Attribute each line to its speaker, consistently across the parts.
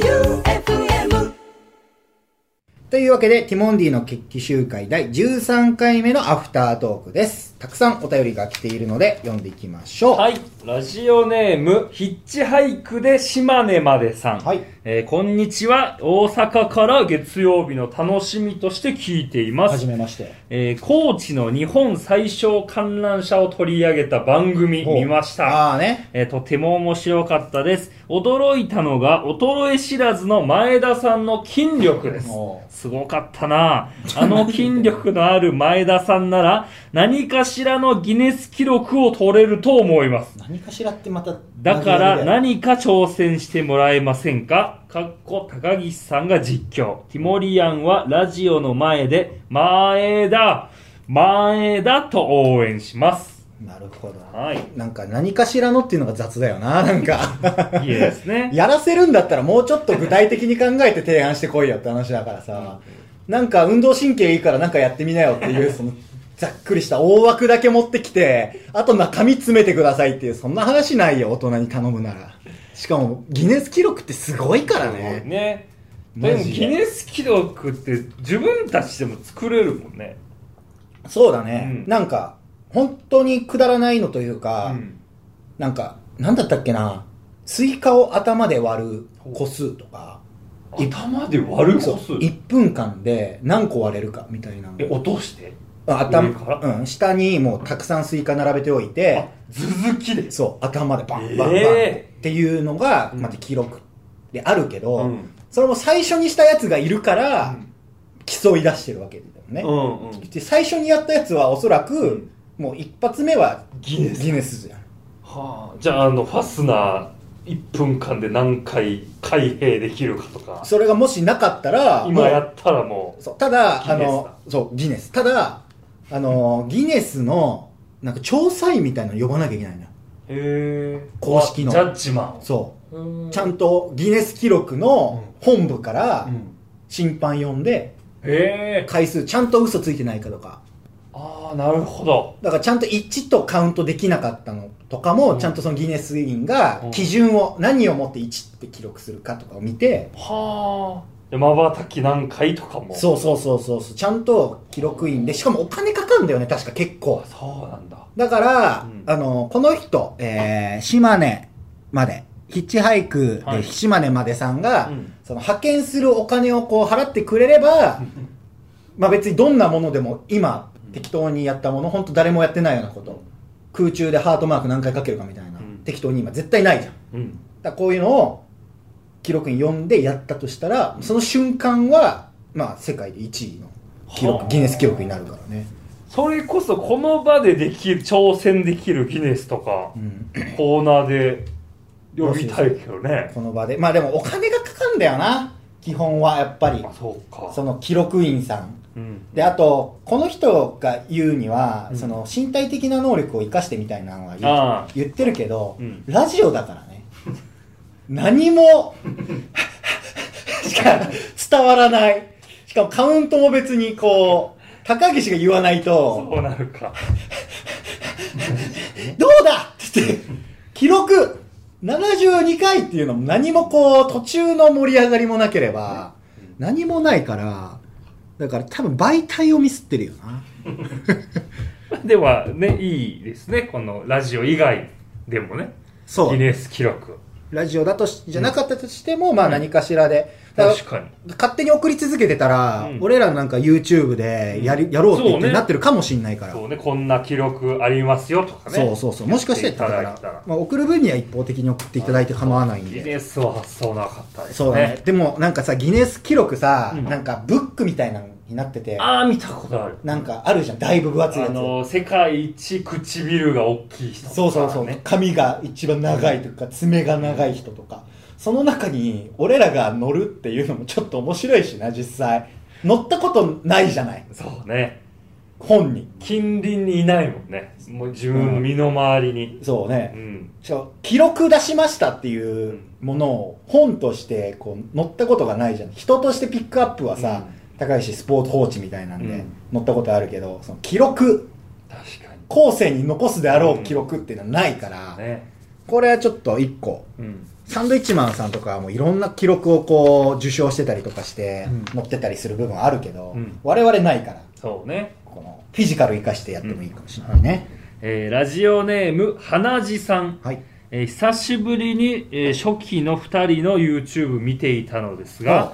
Speaker 1: J-O-E-U-F-M
Speaker 2: というわけで、ティモンディの決起集会第13回目のアフタートークです。たくさんお便りが来ているので、読んでいきましょう。
Speaker 3: はい。ラジオネーム、ヒッチハイクで島根までさん。
Speaker 2: はい
Speaker 3: えーこんにちは。大阪から月曜日の楽しみとして聞いていま
Speaker 2: はじ
Speaker 3: す。
Speaker 2: めまして。
Speaker 3: えー、高知の日本最小観覧車を取り上げた番組見ました。
Speaker 2: ああね。
Speaker 3: えーとても面白かったです。驚いたのが、衰え知らずの前田さんの筋力です
Speaker 2: おう。
Speaker 3: すごかったなあの筋力のある前田さんなら、何かしらのギネス記録を取れると思います。
Speaker 2: 何かしらってまた。
Speaker 3: だから何か挑戦してもらえませんかかっこ高岸さんが実況。ティモリアンはラジオの前で、前だ前だと応援します。
Speaker 2: なるほど。
Speaker 3: はい。
Speaker 2: なんか何かしらのっていうのが雑だよな、なんか。
Speaker 3: いいですね。
Speaker 2: やらせるんだったらもうちょっと具体的に考えて提案してこいよって話だからさ。なんか運動神経いいからなんかやってみなよっていう、その、ざっくりした大枠だけ持ってきて、あと中身詰めてくださいっていう、そんな話ないよ、大人に頼むなら。しかも、ギネス記録ってすごいからね。
Speaker 3: ね。
Speaker 2: マ
Speaker 3: でも
Speaker 2: ジで
Speaker 3: ギネス記録って自分たちでも作れるもんね。
Speaker 2: そうだね。
Speaker 3: うん
Speaker 2: なんか、本当にくだらないのという
Speaker 3: う
Speaker 2: か、
Speaker 3: ん。
Speaker 2: なんか、なんだったっけな、スイカを頭で割る個数とか、
Speaker 3: 頭で割る個数
Speaker 2: そう1分間で何個割れるかみたいなの
Speaker 3: え、落として
Speaker 2: あ
Speaker 3: 上か
Speaker 2: 頭、うん、下にもうたくさんスイカ並べておいて
Speaker 3: あ、、続きで。
Speaker 2: そう、頭でバンバンバン、
Speaker 3: え
Speaker 2: っていうのが、
Speaker 3: うん
Speaker 2: また記録であるけど、
Speaker 3: うん
Speaker 2: それも最初にしたやつがいるから、
Speaker 3: うん
Speaker 2: 競い出してるわけだよね。
Speaker 3: うんうん。
Speaker 2: で最初にやったやつはおそらく、
Speaker 3: うん
Speaker 2: もう一発目は
Speaker 3: ギネス
Speaker 2: ギネスじゃん。
Speaker 3: はあ、じゃああのファスナー1分間で何回開閉できるかとか
Speaker 2: それがもしなかったら、
Speaker 3: 今や
Speaker 2: も
Speaker 3: ったらも
Speaker 2: うそうただ、
Speaker 3: ギ
Speaker 2: あ
Speaker 3: ネスだ
Speaker 2: の、そう、ギネス。ただ、あの、ギネスの、なんか調査員みたいなの呼ばなきゃいけないんだよ。
Speaker 3: うへえ
Speaker 2: 公式の
Speaker 3: ジャッジマンを
Speaker 2: そう。
Speaker 3: う
Speaker 2: ちゃんとギネス記録の本部から
Speaker 3: うん
Speaker 2: 審判呼んで、
Speaker 3: へえ
Speaker 2: 回数ちゃんと嘘ついてないかとか。
Speaker 3: ああなるほど
Speaker 2: だからちゃんと1とカウントできなかったのとかも、
Speaker 3: うん
Speaker 2: ちゃんとそのギネス委員が
Speaker 3: うん
Speaker 2: 基準を、何をもって1って記録するかとかを見て、
Speaker 3: はあまばたき何回とかもう
Speaker 2: そうそうそうそうそう、ちゃんと記録員で、しかもお金かかるんだよね、確か結構。
Speaker 3: そうなんだ
Speaker 2: だから、
Speaker 3: うん
Speaker 2: あの、この人、えー、島根まで、ヒッチハイク
Speaker 3: は
Speaker 2: で
Speaker 3: い
Speaker 2: 島根までさんが、
Speaker 3: うん
Speaker 2: その派遣するお金をこう払ってくれれ ば、まあ別にどんなものでも今、
Speaker 3: うん
Speaker 2: 適当にやったもの、本当誰もやってないようなこと、空中でハートマーク何回かけるかみたいな、
Speaker 3: うん
Speaker 2: 適当に今絶対ないじゃん。だか
Speaker 3: うん
Speaker 2: らこういうのを記録に呼んでやったとしたら、その瞬間は、まあ世界で1位の記
Speaker 3: は
Speaker 2: 録、
Speaker 3: あ
Speaker 2: ギネス記録になるからね。
Speaker 3: それこそこの場でできる挑戦できるギネスとか
Speaker 2: うん
Speaker 3: コーナーで呼びたいけどね
Speaker 2: この場でまあでもお金がかかるんだよな基本はやっぱり
Speaker 3: あそうか
Speaker 2: その記録員さん
Speaker 3: うん
Speaker 2: であとこの人が言うには、
Speaker 3: うん
Speaker 2: その身体的な能力を生かしてみたいなのは言
Speaker 3: ああ
Speaker 2: う言ってるけど、
Speaker 3: うん
Speaker 2: ラジオだからね何もしか伝わらないしかもカウントも別にこう高岸が言わないと
Speaker 3: そうなるか
Speaker 2: 「どうだ!」って言って記録72回っていうのも何もこう途中の盛り上がりもなければ何もないからだから多分媒体をミスってるよな
Speaker 3: ではね、いいですね。このラジオ以外でもね。
Speaker 2: そ
Speaker 3: ギ
Speaker 2: う
Speaker 3: ネス記録。
Speaker 2: ラジオだとしじゃなかったとしても、まあ何かしらでだから
Speaker 3: 確かに。
Speaker 2: 勝手に送り続けてたら、
Speaker 3: うん
Speaker 2: 俺らなんか YouTube でやりやろうって言っ
Speaker 3: そう
Speaker 2: て
Speaker 3: ね
Speaker 2: なってるかもしんないから、
Speaker 3: そうね、こんな記録ありますよとかね。
Speaker 2: そうそうそうもしかしてだから
Speaker 3: やっていただいたら
Speaker 2: まあ、送る分には一方的に送っていただいて構わないん
Speaker 3: ギ
Speaker 2: で
Speaker 3: ネスは発想なかったですね。
Speaker 2: そうだねでもなんかさギネス記録さ、
Speaker 3: うん
Speaker 2: なんかブックみたいなのになってて
Speaker 3: ああ、見たことある。
Speaker 2: なんかあるじゃんだいぶ分厚いやつ
Speaker 3: あの、世界一唇が大きい人とか、ね。
Speaker 2: そうそうそう、髪が一番長いとか爪が長い人とかその中に俺らが乗るっていうのもちょっと面白いしな実際乗ったことないじゃない
Speaker 3: そうね。
Speaker 2: 本に
Speaker 3: 近隣にいないもんね。もう自分の身の回りに。
Speaker 2: そう
Speaker 3: う
Speaker 2: ね、
Speaker 3: ん。
Speaker 2: しかも記録出しましたっていうものを本としてこう乗ったことがないじゃん人としてピックアップはさ、高いしスポーツ報知みたいなんで、
Speaker 3: うん
Speaker 2: 乗ったことあるけどその記録
Speaker 3: 確かに。
Speaker 2: 後世に残すであろう記録っていうのはないから、
Speaker 3: ね。
Speaker 2: これはちょっと一個
Speaker 3: うん。
Speaker 2: サンドイッチマンさんとかはもういろんな記録をこう受賞してたりとかして
Speaker 3: うん
Speaker 2: 載ってたりする部分はあるけど、
Speaker 3: うん
Speaker 2: 我々ないから
Speaker 3: そうね。
Speaker 2: このフィジカル生かしてやってもいいかもしれないね、
Speaker 3: えーラジオネーム、花地さん。
Speaker 2: はい
Speaker 3: えー久しぶりに、えー初期の2人の YouTube 見ていたのですが
Speaker 2: は、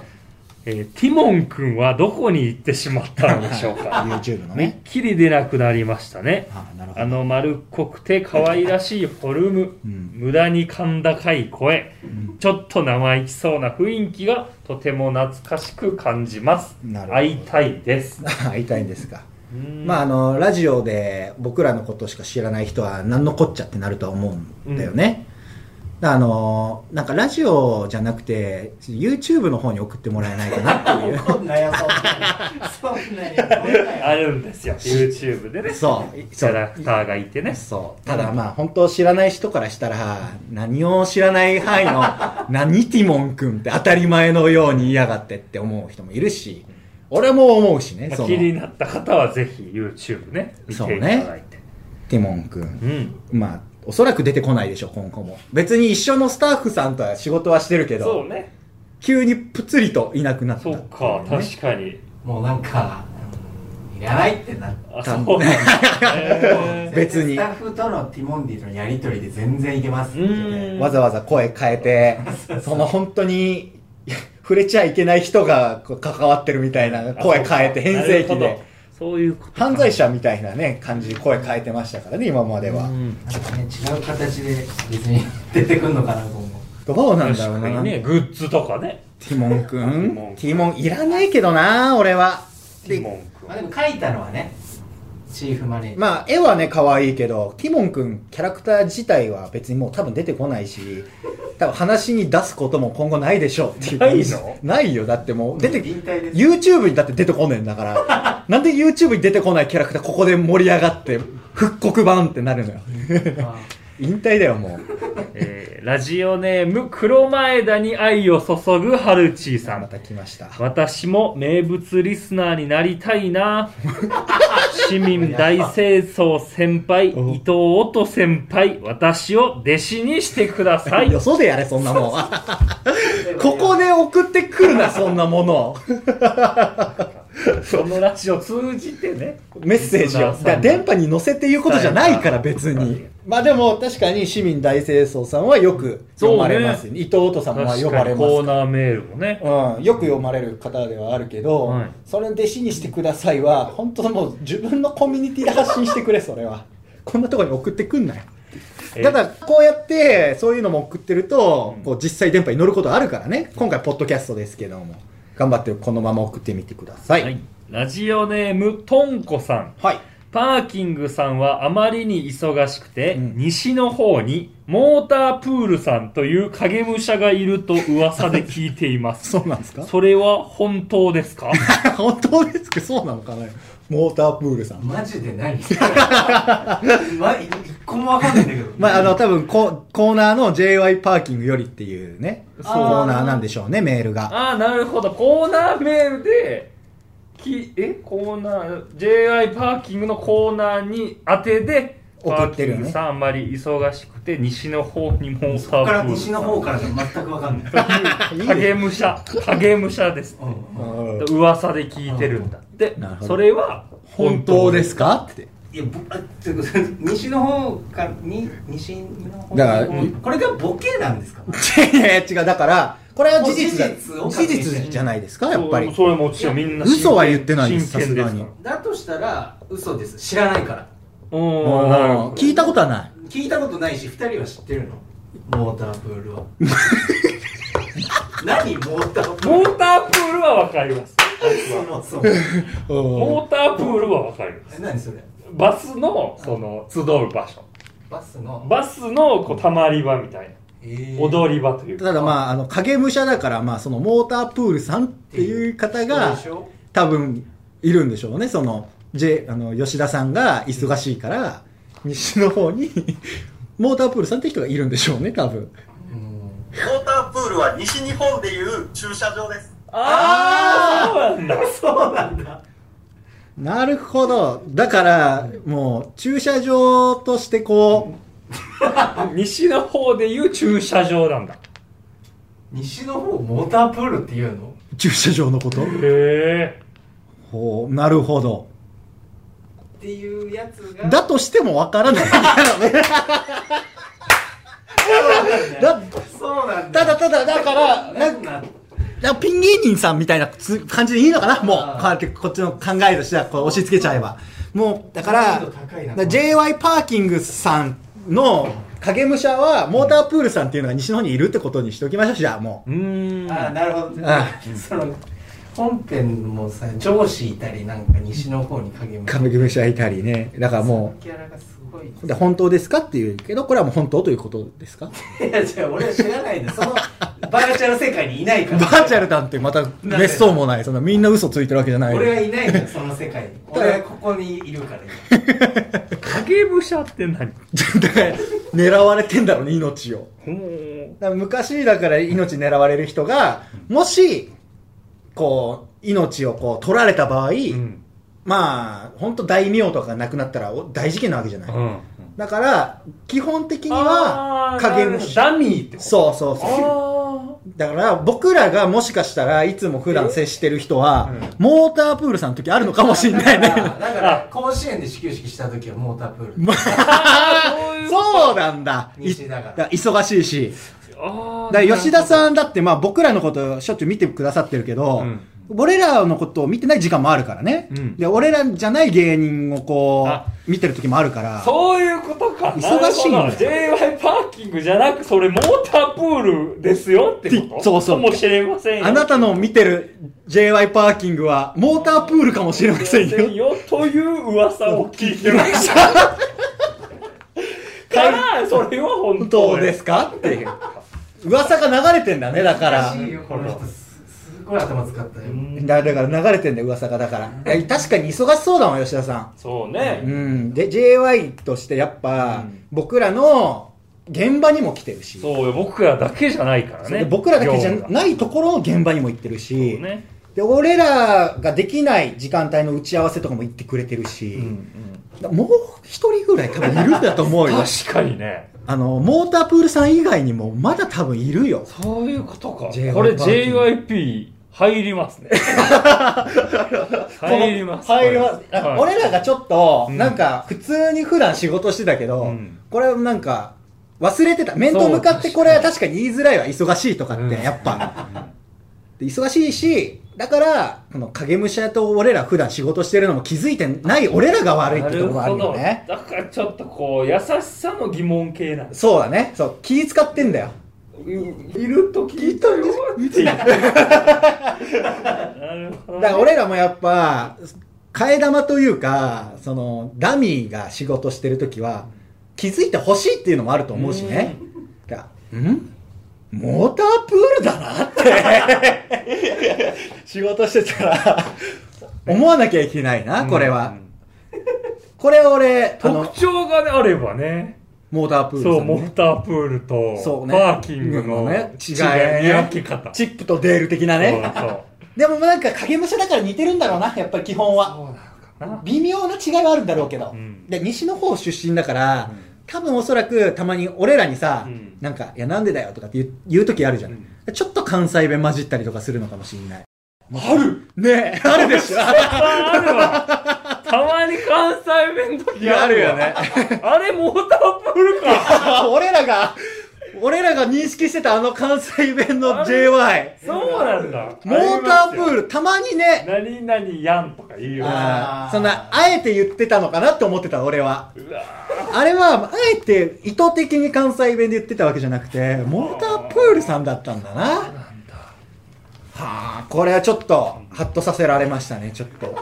Speaker 3: えーティモン君はどこに行ってしまったのでしょうか
Speaker 2: YouTube の
Speaker 3: め っ
Speaker 2: ね
Speaker 3: きり出なくなりましたね
Speaker 2: あなるほど
Speaker 3: あ の丸っこくて可愛らしいフォルム、
Speaker 2: うん
Speaker 3: 無駄に甲高い声、ちょっと生意気そうな雰囲気がとても懐かしく感じます
Speaker 2: なるほど
Speaker 3: 会いたいです
Speaker 2: 会いたいんですかまああのラジオで僕らのことしか知らない人は何のこっちゃってなるとは思うんだよね、あのなんかラジオじゃなくて YouTube の方に送ってもらえないかなっていう
Speaker 4: こんなやそんなにそんなにこんなや
Speaker 3: あるんですよ YouTube でね
Speaker 2: そう
Speaker 3: キ
Speaker 2: そ
Speaker 3: ャ
Speaker 2: う
Speaker 3: ラクターがいてね
Speaker 2: そうただまあ本当知らない人からしたら何を知らない範 囲の「何ティモン君」って当たり前のように言いやがってって思う人もいるし俺も思うしね
Speaker 3: まあ
Speaker 2: その
Speaker 3: 気に
Speaker 2: テ
Speaker 3: なった方はぜひ YouTube ね見ていただいて
Speaker 2: ィモン君
Speaker 3: う,、ん
Speaker 2: まあおそらく出てこないでしょ今後も別に一緒のスタッフさんとは仕事はしてるけど
Speaker 3: そうね
Speaker 2: 急にぷつりといなくなったってい
Speaker 3: そうう
Speaker 2: ね
Speaker 3: か確かに
Speaker 4: もうなんかいらないってなって
Speaker 3: あそ
Speaker 2: た
Speaker 3: うなんだ
Speaker 2: 別に
Speaker 4: スタッフとのティモンディとのやりとりで全然いけますって言って
Speaker 3: うん
Speaker 2: わざわざ声変えてその本当に触れちゃいけない人がこう関わってるみたいな 声変えて変声期
Speaker 3: なる
Speaker 2: で
Speaker 3: ほどそういうこと
Speaker 2: 犯罪者みたいなね感じで声変えてましたからね今までは、
Speaker 3: うん
Speaker 4: なんかね違う形で別に出てくんのかな今後
Speaker 2: どうなん
Speaker 3: 確
Speaker 2: だろう
Speaker 3: か
Speaker 2: な、
Speaker 3: にねグッズとかね
Speaker 2: ティモンく
Speaker 3: ティ
Speaker 2: ん
Speaker 3: モン
Speaker 2: ティモンいらないけどな俺は
Speaker 3: ティモ
Speaker 2: で
Speaker 3: ン君
Speaker 4: まあでも書いたのはねチーフマネージャー
Speaker 2: まあ絵はね可愛いけどティモンくんキャラクター自体は別にもう多分出てこないし多分話に出すことも今後ないでしょうっていう
Speaker 3: ないの
Speaker 2: ないよだってもう出て
Speaker 4: 引退です
Speaker 2: YouTube にだって出てこねえんだから なんで YouTube に出てこないキャラクターここで盛り上がって復刻版ってなるの よ
Speaker 4: ま
Speaker 2: 引退だよもう
Speaker 3: えーラジオネーム黒前田に愛を注ぐハルチーさ
Speaker 2: ま
Speaker 3: ん
Speaker 2: た来ました
Speaker 3: 私も名物リスナーになりた いな市民大清掃先輩伊
Speaker 2: お
Speaker 3: 藤音先輩私を弟子にしてください
Speaker 2: よそでやれそんなもん
Speaker 4: あ
Speaker 2: ここで送ってくるなそんなもの
Speaker 3: そのラジオ通じてね
Speaker 2: メッセージをだから電波に載せて言うことじゃないから別にまあでも確かに市民大清掃さんはよく読まれますよね伊藤音さんは
Speaker 3: 確
Speaker 2: 呼
Speaker 3: か
Speaker 2: ばれ
Speaker 3: に
Speaker 2: ま
Speaker 3: コー
Speaker 2: す
Speaker 3: ナーメールもね
Speaker 2: うん、よく読まれる方ではあるけど、
Speaker 3: はい
Speaker 2: それを弟子にしてくださいは本当もう自分のコミュニティで発信してくれそれはこんなところに送ってくんなよ
Speaker 3: え
Speaker 2: ただこうやってそういうのも送ってると、こう実際電波に乗ることあるからね今回ポッドキャストですけども頑張ってこのまま送ってみてください
Speaker 3: はい、ラジオネームとんこさん
Speaker 2: はい
Speaker 3: パーキングさんはあまりに忙しくて、
Speaker 2: うん
Speaker 3: 西の方にモータープールさんという影武者がいると噂で聞いて います
Speaker 2: そうなんですか
Speaker 3: それは本当ですか
Speaker 2: 本当ですかそうなのかなモータープールさん。
Speaker 4: マジで 何ま一個もわかんないんだけど
Speaker 2: まあ、あの、多分コ、コーナーの JY パーキングよりっていうね、コ
Speaker 3: そう
Speaker 2: ーナーなんでしょうね、メールが。
Speaker 3: ああなるほどコーナーメールできえコーナー JI パーキングのコーナーに当てで
Speaker 2: 送ってるよね
Speaker 3: パーキングさんあんまり忙しくて西の方にモータ
Speaker 4: こ
Speaker 3: ー
Speaker 4: っ
Speaker 3: プ
Speaker 4: か
Speaker 3: ール
Speaker 4: ら
Speaker 3: さん
Speaker 4: 西の方からが全くわかんない、
Speaker 2: いい
Speaker 3: 影
Speaker 2: ね
Speaker 3: 武者影武者です
Speaker 4: うん
Speaker 2: うん
Speaker 3: 噂で聞いてるんだって
Speaker 2: なるほど
Speaker 3: それは
Speaker 2: 本当ですか って。
Speaker 4: いやぼあていうか 西の方からに西の方
Speaker 2: だから
Speaker 4: これがボケなんですか
Speaker 2: いやいや違う、だから、これは事実だ
Speaker 4: 事実を
Speaker 2: 事実じゃないですか、やっぱり。
Speaker 3: それもちろんみんな真剣
Speaker 2: 嘘は言ってないです
Speaker 3: 真剣
Speaker 2: さすがに
Speaker 3: から
Speaker 4: だとしたら嘘です知らないから
Speaker 3: うーんなるほ
Speaker 2: もう
Speaker 3: ど
Speaker 2: 聞いたことはない。
Speaker 4: 聞いたことないし2人は知ってるのモータープールは何モータープー
Speaker 3: モ
Speaker 4: ル
Speaker 3: ータープールはわかります
Speaker 4: そもそも
Speaker 2: うん
Speaker 3: モータープールはわかります
Speaker 4: え何それ
Speaker 3: バスのその集う場所
Speaker 4: バスの
Speaker 3: バスのこうたまり場みたい
Speaker 4: え
Speaker 3: な
Speaker 4: ー
Speaker 3: 踊り場というか
Speaker 2: ただまあ、あの、影武者だから、まあ、そのモータープールさんっていう方
Speaker 4: そう
Speaker 2: が
Speaker 4: でし、ょ
Speaker 2: 多分いるんでしょうねその、J、あの吉田さんが忙しいから西の方にモータープールさんって人がいるんでしょうね多分
Speaker 4: うん
Speaker 5: モータープールは西日本でいう駐車場です。
Speaker 3: ああそうなん だ
Speaker 4: そうなんだ
Speaker 2: なるほどだからもう駐車場としてこ
Speaker 3: 西の方でいう駐車場なんだ
Speaker 6: 西の方モータープールっていうの
Speaker 2: 駐車場のこと
Speaker 3: へえ
Speaker 2: ほうなるほど
Speaker 6: っていうやつが
Speaker 2: だとしてもわからないだ
Speaker 6: そうなんだ
Speaker 2: ただただだからなんか
Speaker 6: な
Speaker 2: だからピン芸人さんみたいなつ感じでいいのかなもう
Speaker 6: あー
Speaker 2: 変わってこっちの考えとしてはこう押し付けちゃえばもうだから
Speaker 6: 難易度高いな
Speaker 2: だから JY パーキングさんの影武者はモータープールさんっていうのが西の方にいるってことにしておきましょうじゃあも
Speaker 3: うーん
Speaker 6: あなるほど
Speaker 2: あ
Speaker 6: その本編もさ上司いたりなんか西の方に影
Speaker 2: う
Speaker 6: も
Speaker 2: 影武者いたりねだからも
Speaker 6: キャラがすごいう
Speaker 2: で本当ですかっていうけどこれはもう本当ということですか
Speaker 6: いや違う俺は知らないでそのバーチャル世界にいないか
Speaker 2: バ
Speaker 6: ら
Speaker 2: ーチャルなんてまた滅相もないそんなみんな嘘ついてるわけじゃない
Speaker 6: 俺はいないんだよその世界に俺はここにいるから今
Speaker 3: 影武者って何
Speaker 2: だから狙われてんだろうね命を
Speaker 3: ほー
Speaker 2: だから昔だから命狙われる人がもしこう命をこう取られた場合、
Speaker 3: うん
Speaker 2: まあ本当大名とかが亡くなったらお大事件なわけじゃない、
Speaker 3: うん
Speaker 2: だから基本的には
Speaker 3: あー
Speaker 2: 影
Speaker 3: な
Speaker 2: 武
Speaker 3: るほど
Speaker 2: 者
Speaker 3: ダミーってこと
Speaker 2: そうそうそう
Speaker 3: あ
Speaker 2: だから僕らがもしかしたらいつも普段接してる人は、モータープールさんの時あるのかもしれな い
Speaker 6: だか
Speaker 2: ね
Speaker 6: らだから甲子園で始球式した時はモータープール
Speaker 2: そうなんだい
Speaker 6: 西だから
Speaker 2: だから忙しいし
Speaker 3: ーあー
Speaker 2: だから吉田
Speaker 3: ん
Speaker 2: さんだってまあ僕らのことしょっちゅう見てくださってるけど、
Speaker 3: うん
Speaker 2: 俺らのことを見てない時間もあるからね、
Speaker 3: うん
Speaker 2: で俺らじゃない芸人をこ
Speaker 3: あ
Speaker 2: う見てる時もあるから
Speaker 3: そういうことか
Speaker 2: 忙しいんだ
Speaker 3: なるほど JY パーキングじゃなくそれモータープールですよってこと
Speaker 2: そうそう
Speaker 3: かもしれませんよ
Speaker 2: あなたの見てる j y パーキングはモータープールかもしれませんよ
Speaker 3: という噂を聞いてま したからそれは 本
Speaker 2: 本
Speaker 3: 当
Speaker 2: 当
Speaker 3: で
Speaker 2: ですすかっていう噂が流れてんだねだから
Speaker 6: 難しいよこの人すすごい頭使ったよ
Speaker 2: だだから流れてんだよ噂がだからいや確かに忙しそうだもん吉田さん
Speaker 3: そうね
Speaker 2: うん、で JY としてやっぱ、僕らの現場にも来てるし、
Speaker 3: そうよ僕らだけじゃないから
Speaker 2: そう
Speaker 3: ね
Speaker 2: で僕らだけじゃ
Speaker 3: 業務が
Speaker 2: ないところの現場にも行ってるし、
Speaker 3: そうね
Speaker 2: で俺らができない時間帯の打ち合わせとかも行ってくれてるし、だもう一人ぐらい多分いるんだと思う よ
Speaker 3: 確かにね
Speaker 2: あのモータープールさん以外にもまだ多分いるよ
Speaker 3: そういうことか
Speaker 2: JYP
Speaker 3: これ JYP 入りま すね入ります
Speaker 2: 入ります、なんか
Speaker 3: はい
Speaker 2: 俺らがちょっと、
Speaker 3: うん
Speaker 2: なんか普通に普段仕事してたけど、
Speaker 3: うん
Speaker 2: これなんか忘れてた面と向かってこれは確かに言いづらいわ忙しいとかって
Speaker 3: うん
Speaker 2: やっぱ、で忙しいしだからこの影武者と俺ら普段仕事してるのも気づいてない俺らが悪いってとこがあるよね
Speaker 3: なるほどだからちょっとこう優しさの疑問系なんです
Speaker 2: そうだねそう気使ってんだよ
Speaker 3: いると聞いたよって 言ってなるほど
Speaker 2: だから俺らもやっぱ替え玉というかそのダミーが仕事してる時は気づいてほしいっていうのもあると思うしねだからんモータープールだなって仕事してたら思わなきゃいけないなこれは、
Speaker 3: うん
Speaker 2: これ俺あの
Speaker 3: 特徴がねあればね
Speaker 2: モータープール
Speaker 3: そう
Speaker 2: さん
Speaker 3: モ
Speaker 2: ね
Speaker 3: ータープールと
Speaker 2: そうね
Speaker 3: パーキングの
Speaker 2: ね
Speaker 3: 違
Speaker 2: 違
Speaker 3: い
Speaker 2: い
Speaker 3: 見分け方
Speaker 2: チップとデール的なね
Speaker 3: そうそう
Speaker 2: でもなんか影武者だから似てるんだろうなやっぱり基本は
Speaker 3: そうなのかな
Speaker 2: 微妙な違いはあるんだろうけど、
Speaker 3: うん
Speaker 2: で西の方出身だから、多分おそらくたまに俺らにさ、
Speaker 3: うん
Speaker 2: なんか「いやなんでだよ」とかって言う言う時あるじゃん、ちょっと関西弁混じったりとかするのかもしれないあるねえあるでしょ
Speaker 3: ああるわたまに関西弁の時あるわ
Speaker 2: いやあ
Speaker 3: あれモータープールか
Speaker 2: 俺らが俺らが認識してたあの関西弁の JY
Speaker 3: そうなんだ
Speaker 2: モータープ
Speaker 3: ル
Speaker 2: ールたまにね
Speaker 3: 何々やんとか言うよね
Speaker 2: あーそんなあえて言ってたのかなって思ってた俺は
Speaker 3: うわ
Speaker 2: あれは、あえて意図的に関西弁で言ってたわけじゃなくて、モータープールさんだったんだな。はあ、これはちょっと、ハッとさせられましたね、ちょっ と。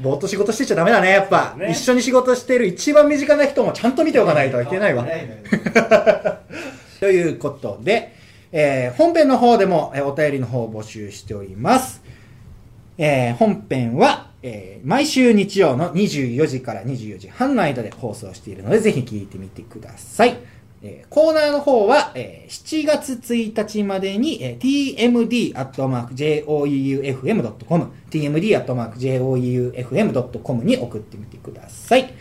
Speaker 2: ぼーっと仕事してちゃダメだね、やっぱ。
Speaker 3: ね
Speaker 2: 一緒に仕事してる一番身近な人もちゃんと見ておかないといけないわ。
Speaker 6: ないのよ
Speaker 2: ということで、えー本編の方でも、えーお便りの方を募集しております。えー本編は、えー毎週日曜の24時から24時半の間で放送しているので、ぜひ聞いてみてください。えーコーナーの方は、えー7月1日までに、えー tmd.joeufm.com、tmd.joeufm.com に送ってみてください。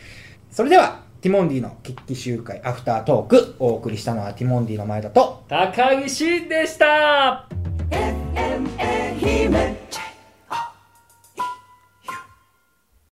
Speaker 2: それでは、ティモンディの決起集会アフタートークお送りしたのはティモンディの前田と
Speaker 3: 高岸でした
Speaker 1: M-A-H-I-M-E